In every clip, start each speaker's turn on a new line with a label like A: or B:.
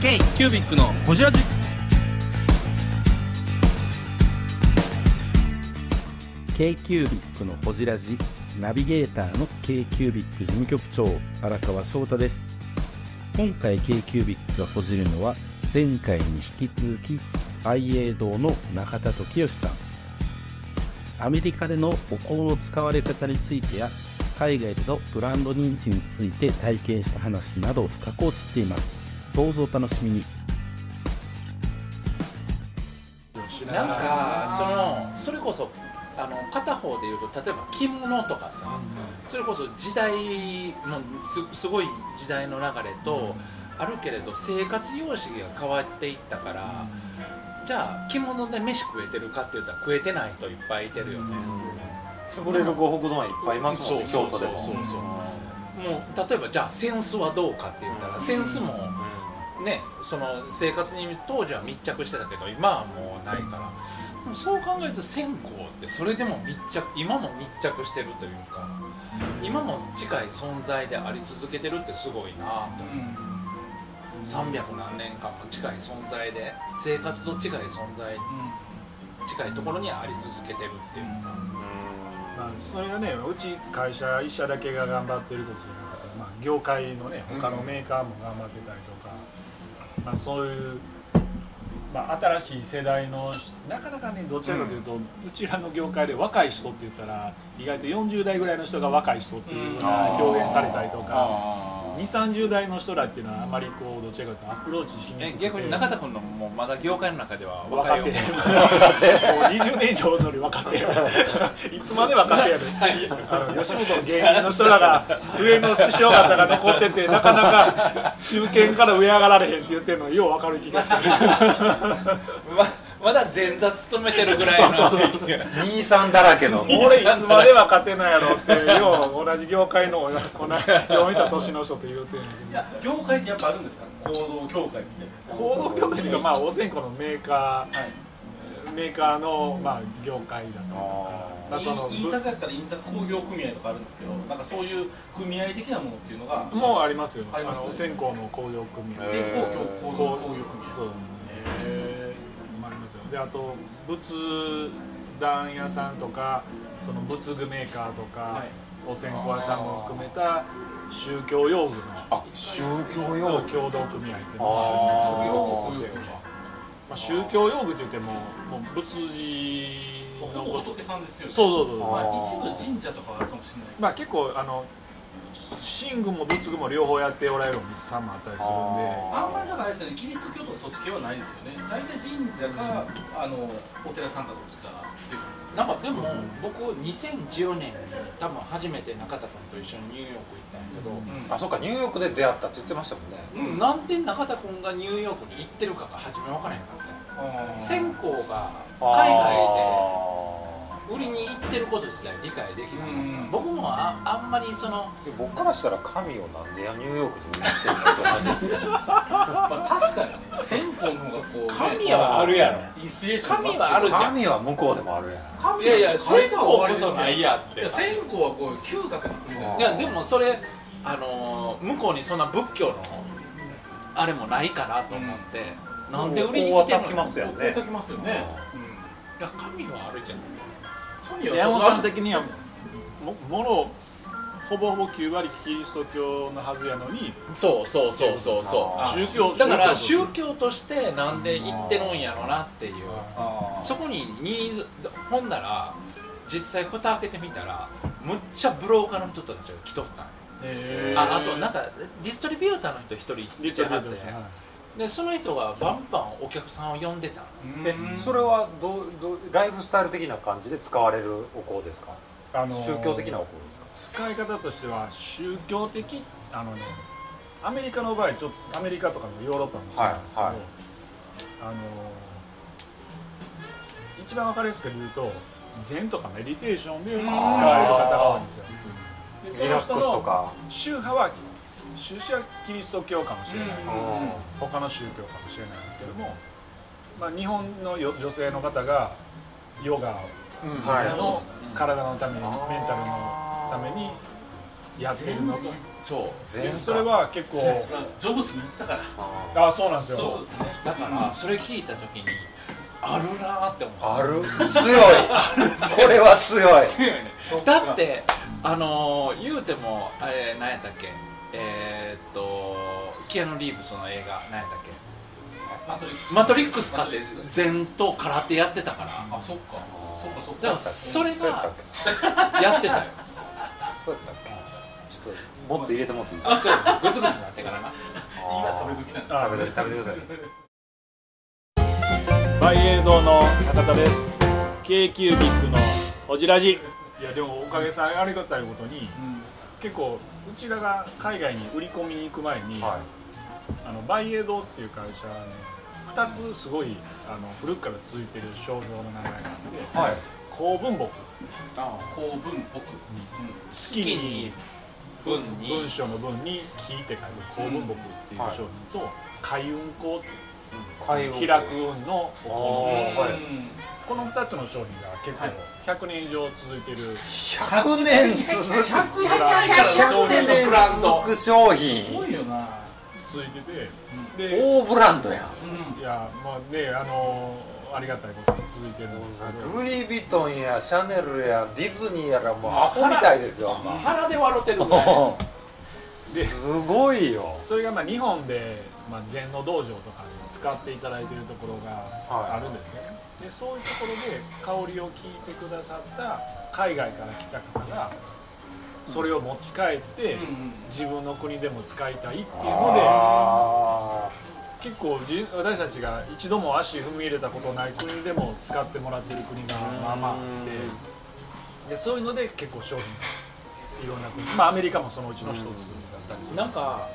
A: K キュービックのホジラジ。
B: k c キュービッのほじラジナビゲーターの k c キュービッ事務局長荒川翔太です今回 k c キュービッがほじるのは前回に引き続き IA 堂の中田時義さんアメリカでのお香の使われ方についてや海外でのブランド認知について体験した話など深くを知っていますどうぞお楽しみに
C: なんかそのそれこそあの片方でいうと例えば着物とかさ、それこそ時代もすすごい時代の流れと、あるけれど生活様式が変わっていったから、じゃあ着物で飯食えてるかって言ったら食えてない人いっぱいいてるよね、
D: 潰れる呉服丼はいっぱいいますもんね
C: そう
D: 京都でも
C: そうそうそうもう例えばじゃあセンスはどうかって言ったら、
D: うん
C: センスもねその生活に当時は密着してたけど今はもうないからでもそう考えると線香ってそれでも密着今も密着してるというか今も近い存在であり続けてるってすごいなと思う300何年間も近い存在で生活と近い存在近いところにあり続けてるっていうのが
E: まあ、それはねうち会社一社だけが頑張ってることじゃなくて、まあ、業界のね他のメーカーも頑張ってたりとか、まあ、そういう、まあ、新しい世代のなかなかねどちらかというと、うちらの業界で若い人って言ったら意外と40代ぐらいの人が若い人っていうような表現されたりとか。2 3 0代の人らっていうのはあまりこうどちらかというとアプローチしにく
C: え
E: くて
C: 逆に中田君のもうまだ業界の中では
E: 若
C: 若
E: 手
C: い
E: も
C: よ
E: う
C: ね
E: 20年以上のり若手 いつまで若手やねんあの吉本の芸人の人らが上の師匠方が残っててなかなか中堅から上上がられへんって言ってるのよう分かる気がす る
C: ままだ前座勤めてるぐらいの
D: 兄さんだらけの
E: 俺いつまで若手なんやろってよう同じ業界の同じこのよう見た年の人って言うてんねんけど
F: 業界ってやっぱあるんですか行動協会みたいな
E: 行動協定というか、まあ、お線香のメーカー、メーカーの、まあ、業界だったりとか、まあ、その
F: 印印刷やったら印刷工業組合とかあるんですけどなんかそういう組合的なものっていうのが
E: もうありますよ、
F: あります
E: あのお線香の工業組合、
F: 全工業行
E: 工
F: 動工業組合
E: そう
F: へ
E: ありますよであと仏壇屋さんとかその仏具メーカーと
F: は
E: か、
F: い
E: お線香屋さんも含めた宗教用具の
D: あ宗教用具
E: 共同組合っていうの
D: あ
E: があ
D: ー
F: ー
E: るん
F: 工
E: です
F: 業
E: よ
F: 組合
E: まあ、宗教用具って言ってももう仏寺
F: ほ
E: の
F: ぼ
E: こと
F: 仏さんですよね
E: そうそうそうそう
F: まあ、一部神社とかはあるかもしれない
E: まあ結構あの神具も仏具も両方やっておられるお店さんもあったりするんで
F: あんまりだからあれですよねキリスト教とかそっち系はないですよね大体神社か、あのお寺さんかどっちかっていう感じです
C: なんかでも僕2010年に多分初めて中田君と一緒にニューヨーク行ったんやけど、
D: あそっかニューヨークで出会ったって言ってましたもんね
C: うんなんで中田君がニューヨークに行ってるかが初め分からへんかったよ線香が海外で売りに行ってること自体理解できなかった、
F: うん
C: 僕もああんまりその
D: で僕からしたら神をなんでニューヨークに売ってるのって話ですけ ど
F: まあ確かに線香の方がこう、
C: 神はあるや
F: ろインスピレーション
C: 神はあるじゃん
D: 神は向こうでもあるやん
F: 神
C: いやいや
F: 神
C: 線
F: と
C: 香
F: は終
C: こ
F: わりです
C: そ
F: よ
C: ないやっ
F: い
C: て
F: や線香はこう嗅覚に来るじゃない
C: い
F: ですか
C: やでもそれあのー向こうにそんな仏教のあれもないかなと思って、なんで売りに来て
D: こう
C: る
D: 叩き
C: の
D: ますよ
F: こう
D: ね
F: 叩きますよね
C: いや神はあるじゃん
F: うん神は
E: 山本さん的には
F: そう
E: ももろほぼほぼ9割キリスト教のはずやのに
C: そうそうそうそうそ
D: あ
E: 宗教
C: うだから
E: 宗
C: 宗教としてなんで言ってるんやろなっていう
F: あー
C: そこにニーズほんなら実際蓋開けてみたらむっちゃブローカーの人たちが来とったんよ
F: へー
C: ああとなんかディストリビューターの人一人
E: リ
C: 来
E: チ
C: て
E: ャ
C: は
E: ー
C: っ
E: ド
C: て
E: ですねはい
C: でその人がバンバンお客さんを呼んでたの
F: うん
D: えそれはどうどうライフスタイル的な感じで使われるお香ですか
E: あのー
D: 宗教的なお香ですか
E: 使い方としては宗教的あのねアメリカの場合ちょっとアメリカとかのヨーロッパもそうなんですけど、
D: はいはい
E: あのー一番分かりやすく言うと禅とかメディテーションで使われる方が多いんです
D: リ
E: よで
D: ラ
E: そ
D: ッ
E: の
D: クス
E: 人
D: と
E: の
D: か
E: 宗派は宗派はキリスト教かもしれない、
F: うん
E: 他の宗教かもしれないですけども、まあ、日本のよ女性の方がヨガを
D: はい
E: の体のためにメンタルのためにやってるのと
C: そう
D: 全
E: それは結構
F: ジョブスも言ってたから
D: あ
E: あそうなんです
F: そう
E: よ
F: ですね
C: だからそれ聞いた時にあるなーって思う
D: ある強いこれは強い
C: 強いねだってあのー言うてもあれ何やったっけえー、っとキアヌ・リーブスの映画何やったっけ
F: マトリックス
C: マトリックスかっ
F: マ
C: て
F: トリックス
C: 前と空手やってたから
F: あそっかそっかそっ
C: じゃあ
F: か
C: それ
D: そうやった
C: が
D: っけ
C: やってたよ
D: そうやったっけちょっともつ入れてもらっていいですか
C: グツグツなってからな
F: 今食べときなの
E: あ
D: 食べて食べてください
E: バイエードの博多です k q b i c のほじラジいやでもおかげさんありがたいことに結構うちらが海外に売り込みに行く前に、
D: はい
E: あのバイエードっていう会社ね2つすごいあの古くから続いてる商標の名前があって
D: はい
E: 公文木
C: あ
F: 公文僕
E: 好きに
C: 文に
E: 文章の文に「木」って書いて公文木っていう商品と、開運公
D: 開運
E: 開く運のお
D: あ
E: 香
D: ーはい
F: うん
E: この2つの商品が結構
F: はい
E: 100年以上続いてる、
D: 100年続く
F: 100円から
D: 100年
F: ブランド
D: 続く商
F: す
D: 品
F: ごいよな
E: 続いてて
F: う
E: で
D: 大ブランドや
F: うん
E: いやまあねあのーありがたいことに続いてるんですけど
D: ルイ・ヴィトンやシャネルやディズニーやらもうアホみたいですよほんま
C: 鼻で笑ってるぐらい
D: すごいよ
E: それがまあ日本で、まあ、禅の道場とかに使っていただいているところがあるんですね、でそういうところで香りを聞いてくださった海外から来た方がそれを持ち帰って、
F: うんうん
E: 自分の国でも使いたいっていうの
D: あ
E: で結構じ私たちが一度も足踏み入れたことない国でも使ってもらってる国がまあまああってでそういうので結構商品いろんな国まあアメリカもそのうちの一つだったりする
C: なんか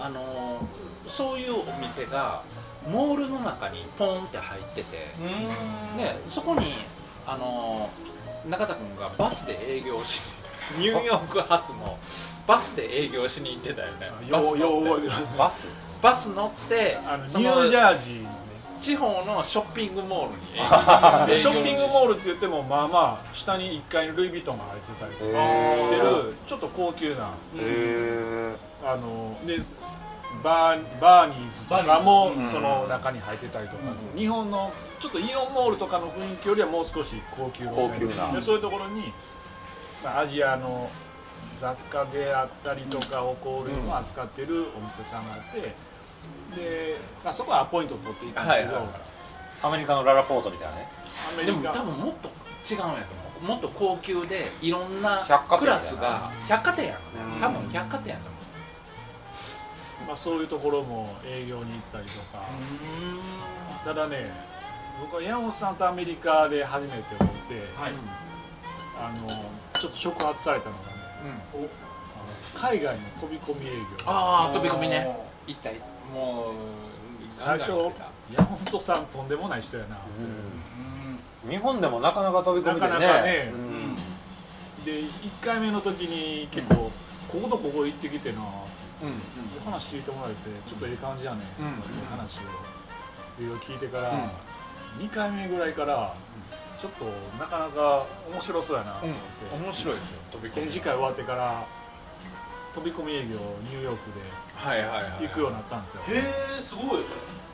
C: あのーそういうお店がモールの中にポンって入ってて、ね、そこにあのー中田君がバスで営業 しニューヨーク発のバスで営業しに行ってたよねバス乗
E: よ
C: っ
E: う
C: て
E: よう覚えてます
D: バス
C: バス乗って
E: あのニ
C: その
E: ュージャージーのね
C: 地方のショッピングモールに営業
E: ショッピングモールって言ってもまあまあ下に1階にルイ・ヴィトンが入ってたりとかしてるちょっと高級な
D: へ
E: あのでバーバーニーズとかも
F: バーニーズ
E: その中に入ってたりとか、日本のちょっとイオンモールとかの雰囲気よりはもう少し高級路線
D: 高級な
E: でそういうところに、まあ、アジアの雑貨であったりとかお香類も扱ってるお店さんがあって、であそこはアポイント取っていったんですけど、
C: はいはい
D: アメリカのララポートみたいなね
E: アメ
C: で
E: リ
C: も
E: カ
C: 多分もっと違うんやと思うもっと高級でいろんな
D: 百貨店
C: クラスが百貨店やろね
D: うん
C: 多分百貨店やと思う
E: まあ、そういうところも営業に行ったりとか、ただね僕は山本さんとアメリカで初めて思って、
F: はい
E: あのちょっと触発されたのがね、おあの海外の飛び込み営業
C: ああ飛び込みね一体もう
E: 最初
C: ガンガンやってた
E: 山本さんとんでもない人やな、
D: 日本でもなかなか飛び込みでね
E: なかなかね
D: うん
F: うん
E: で1回目の時に結構、こことここ行ってきてなで話聞いてもらえてちょっとええ感じやね
C: うん
E: っていう話をいろいろ聞いてから、
C: うん
E: 2回目ぐらいからちょっとなかなか面白そうやなと思って、
C: うん面白いですよ飛び込
E: 展
C: み
E: 示会終わってから飛び込み営業ニューヨーク
C: はいはいはい
E: で行くようになったんですよ、
F: へえすごい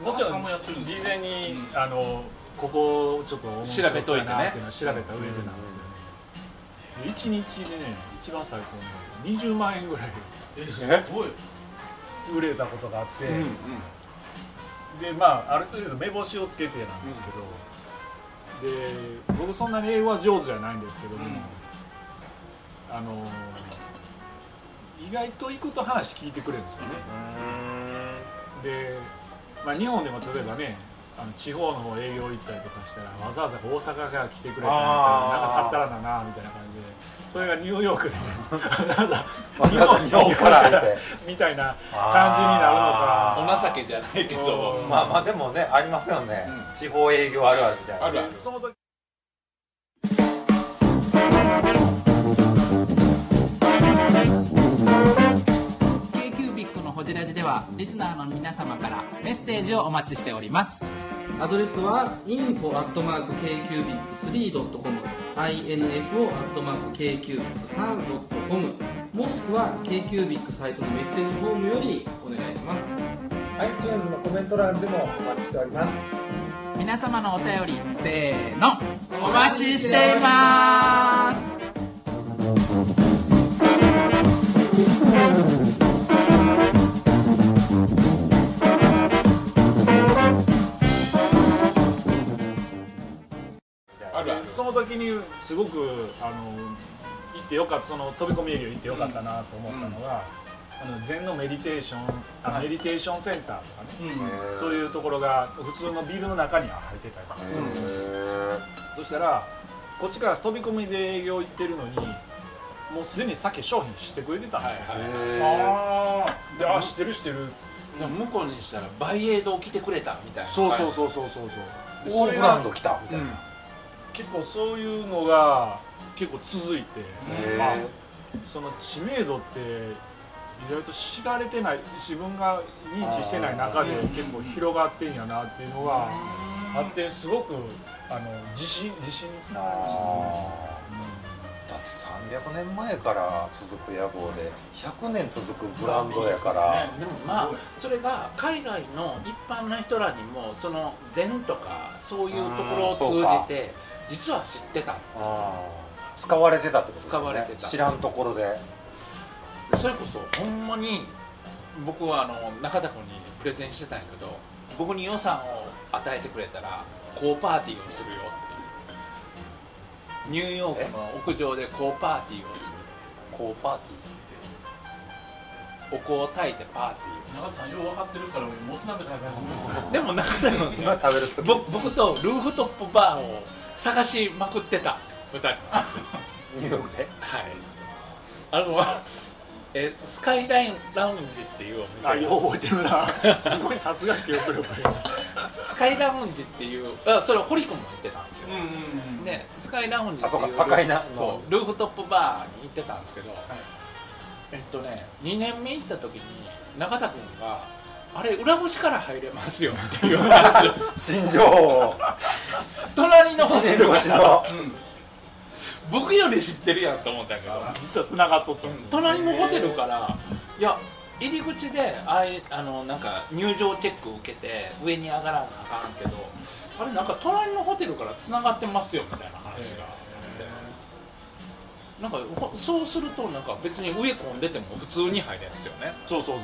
E: もちろん
F: さんもやってるんです
E: 事
F: か
E: 前に、
F: うん
E: あのここをちょっと面白そうやなっていうのは調べた上でなんですけどね、1日でね一番最高に20万円ぐらい
F: えすごい
E: 売れたことがあって、
C: うんうん
E: でまあある程度目星をつけてなんですけど、で僕そんなに英語は上手じゃないんですけども、
F: うん
E: あの意外と行くと話聞いてくれるんですよね、で、まあ、日本でも例えばねあの地方の方営業行ったりとかしたらわざわざ大阪から来てくれたりとかなんか
D: あー
E: 買ったらだなみたいな感じでそれがニューヨークでなんか
D: わざわざ日本から見て
E: みたいな感じになるのか
C: お情けじゃないけど
E: うん
D: まあまあでもねありますよね、地方営業あるあるみたいな
C: あるある
E: でその時
G: k q b i c のホジラジではリスナーの皆様からメッセージをお待ちしております
H: アドレスは info.kcubic3.com info.kcubic3.com もし
G: しくは k q b i c サイトのメッセージフォームよりお願いします
H: iTunes のコメント欄でもお待ちしております
G: 皆様のお便りせーのお待ちしています
C: あるある
E: その時にすごくあの行ってよかったその飛び込み営業行ってよかったなと思ったのが、あの禅のメディテーションあ、メディテーションセンターとかねそういうところが普通のビルの中には入ってたりとかするんですよそしたらこっちから飛び込みで営業行ってるのにもうすでに先商品してくれてたんですよ、
C: ああ
E: であ知ってる知ってる
C: でも向こうにしたらバイエード来てくれたみたいな
E: そうそうそうそうそうそうでそ
D: 大
E: れ
D: ブ
E: が
D: ランド来たみたいな、
E: 結構そういうのが結構続いて、
D: へー
E: まあ、その知名度って意外と知られてない自分が認知してない中で結構広がってんやなっていうのがあってすごくあの自信自信につながりましたね
D: あーだって300年前から続く野望で100年続くブランドやから
C: でもまあそれが海外の一般の人らにもその禅とかそういうところを
D: うんそうか
C: 通じて実は知ってた
D: あー使われてたってことですね
C: 使われてた
D: 知らんところで
C: それこそほんまに僕はあの中田君にプレゼンしてたんやけど僕に予算を与えてくれたらこうパーティーをするよっていうニューヨークの屋上でこうパーティーをする
D: こうパーテ
C: お香を焚いてパーティーを
F: 中田
C: する
F: さんよう分かってるから俺もつ鍋食べたいと思います
C: でも中田君
D: ィー今食べる時
C: 僕僕とルーフトップバーを探しまくってた2人は
D: ニューヨークで
C: いあのえスカイラインラウンジっていうお
E: あ
C: 店
E: よう覚えてる なすごいさすが記憶力
C: スカイラウンジっていうあそれ堀君も言ってたんですよ、ねスカイラウンジってい
D: あそうか境な
C: そうルーフトップバーに行ってたんですけど、えっとね2年目行った時に中田君があれ裏口から入れますよっていう話を
D: 新庄を
C: 隣のホ
D: 1
C: テ
D: 年
C: ル
D: 越し の
C: 僕より知ってるやんと思ったけど
E: 実はつながっとったんですよ
C: 隣のホテルからいや入り口でああいあのなんか入場チェック受けて上に上がらなあかんけどあれなんか隣のホテルからつながってますよみたいな話があって、なんかほそうするとなんか別に上混んでても普通に入れるんですよね
E: そうそうそう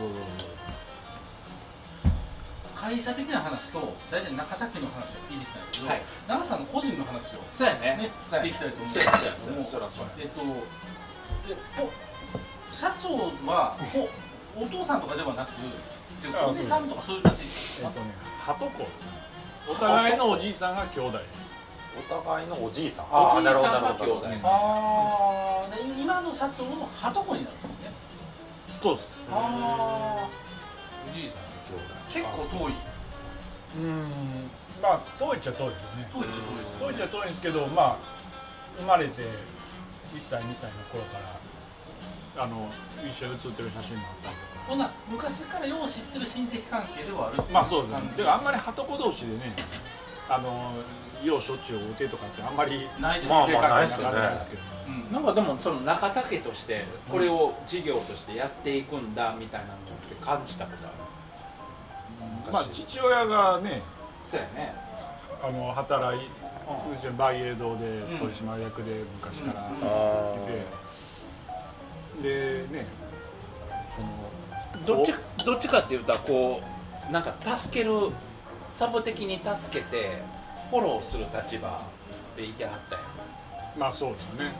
F: 会社的な話と大体中田家の話を聞いてきたんですけど、
C: はい
F: 長田さんの個人の話を
C: そうやね
F: ね、
C: はい
F: していきたいと思うん
C: そ
F: で
C: うや
F: すけ
C: そ
F: ど
C: うや
F: も
C: そらそうや
F: えっとえお社長はおお父さんとかではなく
E: あ
F: おじさんとかそういう立ち位置です
E: そうえ
F: か
E: っとね鳩子お互いのおじいさんが兄弟
D: お互いのおじいさん
C: おじい
D: なるほど
C: さん
D: なる
C: が
D: ほ
C: 兄
D: ど
C: 弟
F: ああで今の社長のはとこになるんですね
E: そうです
F: ああおじいさん結構遠い
E: うんまあ遠いっちゃ遠いですよね
F: 遠いっちゃ遠いです
E: 遠いっちゃ遠いんですけどまあ生まれて1歳2歳の頃からあの一緒に写ってる写真もあったりと
F: ほな昔からよう知ってる親戚関係ではある
E: かまあそうですね
F: 感じ
E: てかあんまり鳩子同士でねあのようしょっちゅう会うてとかってあんまり
F: ないです
E: 正
F: ね
E: 確
D: まあまあ
E: な
D: ないいです
E: で
D: すよ
E: けど
D: ね
F: うん
C: なんかでもその中田家としてこれを事業としてやっていくんだみたいなのって感じたことある
E: まあ父親がね
C: そうやね
E: あの働い
C: うん
E: うちのバイエイ堂で取締役で昔から、ででねその
C: どっち
E: こ
C: どっちかっていうとこうなんか助けるサブ的に助けてフォローする立場でいてはったよ
E: うまあそうですね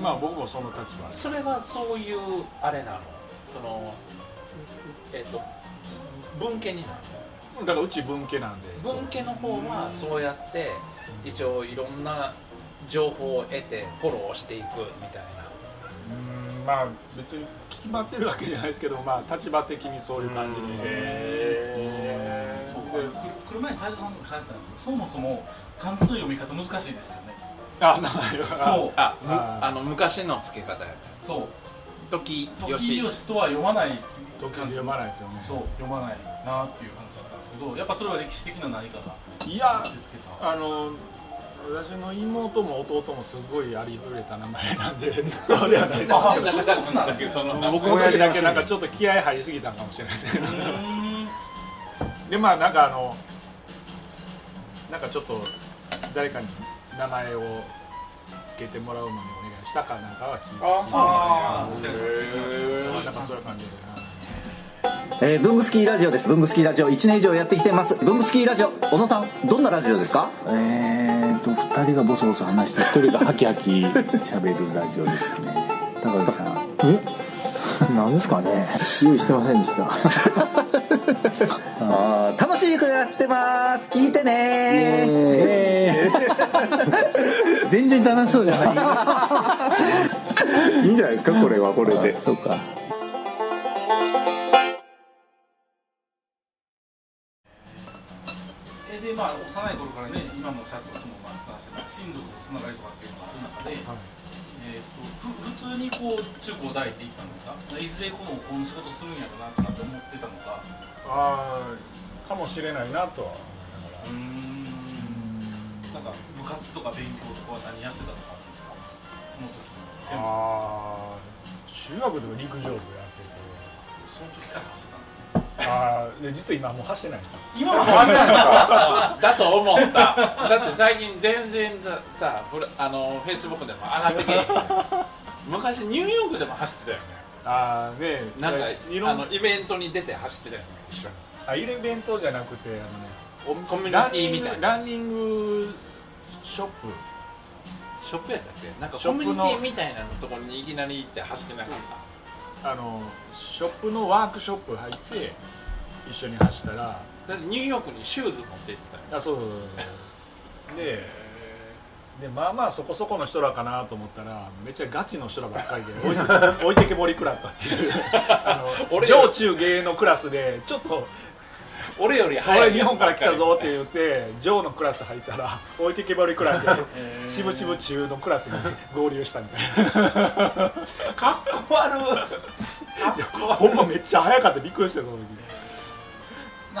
E: まあ僕もその立場です
C: それがそういうあれなのそのえっと文家になる
E: だからうち文系なんでそう
C: 文家の方はそうやって一応いろんな情報を得てフォローしていくみたいな
E: うんまあ別に決まってるわけじゃないですけどまあ立場的にそういう感じに
F: へそうこれ
E: で
F: 車に太蔵さんにもおっしゃってたんですけどそもそも漢字の読み方難しいですよね
E: あ名前は
F: そう
C: あむ
E: あー
C: あの昔の付け方やね
F: そう
C: 時
F: 時
C: よし
F: 吉とは読まない
E: 時々読まないですよね
F: そう読まないなっていう話だったんですけどやっぱそれは歴史的な何かが
E: いや
F: 手つけた
E: あの私の妹も弟もすごいありふれた名前なんでそうでは ないかも
F: あそうなんだけどその
E: 僕の時だけなんかちょっと気合い入りすぎたんかもしれないですけどでまあなんかあのなんかちょっと誰かに名前を付けてもらうのにお願いしたかなんかは聞いて
C: あそう
F: あーお寺さん付けて
E: そうなんかそういう感じで
I: えー、ブングスキーラジオです。ブングスキーラジオ1年以上やってきてます。ブングスキーラジオ、小野さん、どんなラジオですかえーと、2人がボソボソ話して、1人がハキハキ喋るラジオですね。高木さん。え何ですかね用意してませんで した。あー楽しい曲やってます。聞いてね 全然楽しそうじゃない。いいんじゃないですか、これはこれで。そうか。
F: えでまあ幼い頃からね今の社長ともまあ伝わってた親族のつながりとかっていうのがある中で、えー、とふ普通にこう中高大っていったんですかいずれこのこの仕事するんやろなとかって思ってたのか
E: ああかもしれないなとは思いながら
F: うーんなんか部活とか勉強とかは何やってたのかっていうのがその時の専門
E: あー中学でも陸上部やって
F: その時から走ってたんですね
E: てああで実は今もう走ってないんですよ
C: 今はわかんないだと思っただって最近全然ささブラあのフェイスブックでも上がってけえへん昔ニューヨークでも走ってたよね
E: ああね
C: なんか
E: い
C: あ
E: ろん
C: のイベントに出て走ってたよね一緒に
E: あイレベントじゃなくてあのね
C: コミュニティみたいな
E: ランニングショップ
C: ショップやったっけなんか
E: シ
C: コ
E: ョッ
C: ミ
E: プ
C: ュ
E: の
C: ニティみたいなのところにいきなり行って走ってなかった
E: あのショップのワークショップ入って一緒に走ったら
C: だってニューヨークにシューズ持って行ってたよ
E: あそうそうそうそうででまあまあそこそこの人らかなと思ったらめっちゃガチの人らばっかりで置いて置いてけぼり食らったっていうあの
C: 俺
E: 上中芸のクラスでちょっと
C: 俺より
E: 俺
C: 早い
E: 日本から来たぞって言って上のクラス入ったら置いてけぼりクラスで渋々中のクラスに合流したみたいな
C: かっこ悪
E: ほんまめっちゃ早かったびっくりしてその時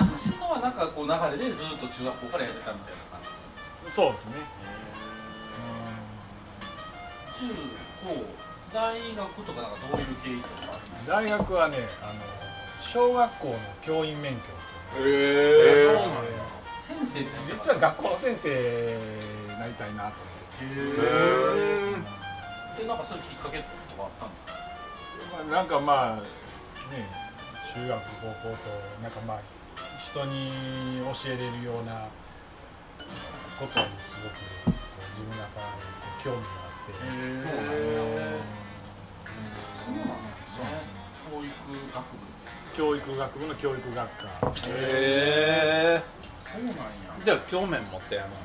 F: な走るのはなんかこう流れでずっと中学校からやってたみたいな感じ
E: そうですね
F: 中高大学とかなんかどういう経緯とか
E: 大学はねあの小学校の教員免許
C: へ
F: そうなんや先生みたいな
E: 実は学校の先生になりたいなと
F: へえでなんかそういうきっかけとかあったんですか
E: 思って、まあ、なんかまあね中学高校となんかまあ人に教えれるようなことにすごくこう自分の中でこう興味が
F: へ
E: あって
F: えそうなんです
E: そう
F: ね教育学部
E: 教育学部の教育学科
C: へえ
F: そうなんや
C: じゃあ鏡面持ってやるの
E: が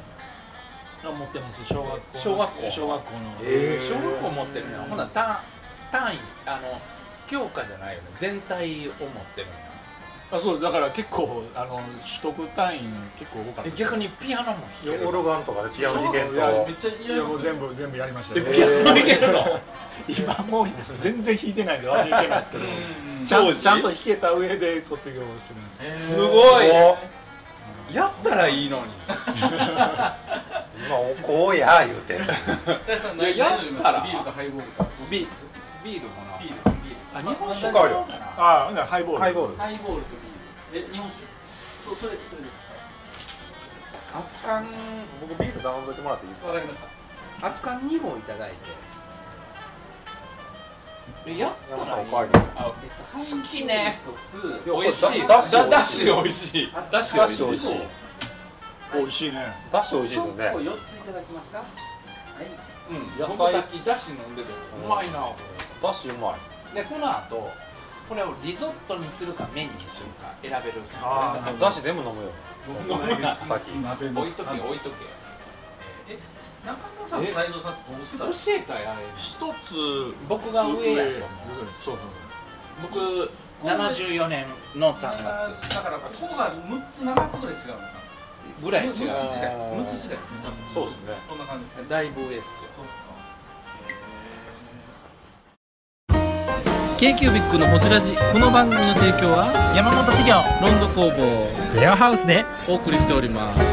E: 持ってます小学校
C: 小学校
E: 小学校の
C: え小学校持ってるんやほな単単位あの教科じゃないよね全体を持ってるんや
E: あそうだから結構あの取得単位結構多かった
C: え逆にピアノも弾ける
D: オルガンとかでピアノ弾けん
E: いや
D: と
F: めっちゃ
E: い
F: 嫌
E: や
F: で
E: もう
F: すね
E: 全部全部やりました
C: え
E: よ
C: ピアノも弾けるの
E: 今もう全然弾いてないんで私弾けないですけどちゃ
C: 当
E: ん
C: 時
E: ちゃんと弾けた上で卒業してるんです
C: すごい
D: お
C: やったらいいのに
D: 今おこうや言うて
F: 大地さん
C: いや
F: 何何飲みま
C: やっ
F: す
C: たら
F: ビールかハイボールかどうします
C: ビールかな
F: ビールビール
C: あ日本酒
F: まあ
D: かよ
E: ああほんならハイボール
D: ハイボール
F: ハイボールとビールえ日本酒そうそれそれです
C: 熱燗
D: 僕ビール頼んどいてもらっていいですか
F: わかりました
C: 熱燗2本いただいてえやった
D: 山
C: ら
D: さんお
C: いい
D: かわり
C: あ好きね
D: いやこ
C: 美
D: れ
C: 味しい
D: だだし
C: だだ
D: し
C: し美味しいだし美味しい
D: だし美味しい
E: 美味しいね
D: だし美味しいですよね
F: 4ついただきますか
C: うん
D: 野菜
C: 僕さっきだし飲んでてうまいなこ
D: だしうまい
C: れでこの後これをリゾットにするか麺にするか選べる
E: あ
D: でもだし全部飲むよさっき
C: 置いとけ置いとけ
F: 中田さんと泰造さんってどうしてた
C: 教
F: の
C: えたやあれ
E: 一つ
C: 僕が上やと思う
E: そうそう
C: 僕74年の3月
F: だからここが6つ7つぐらい違うのかな
C: ぐらい違う
F: 6つ違い6つ違いですね多分
D: そうですね
F: そんな感じですね
C: だいぶ上っすよ
F: そうか
A: k q b i c のホジラジこの番組の提供は山本資源ロンド工房レアハウスでお送りしております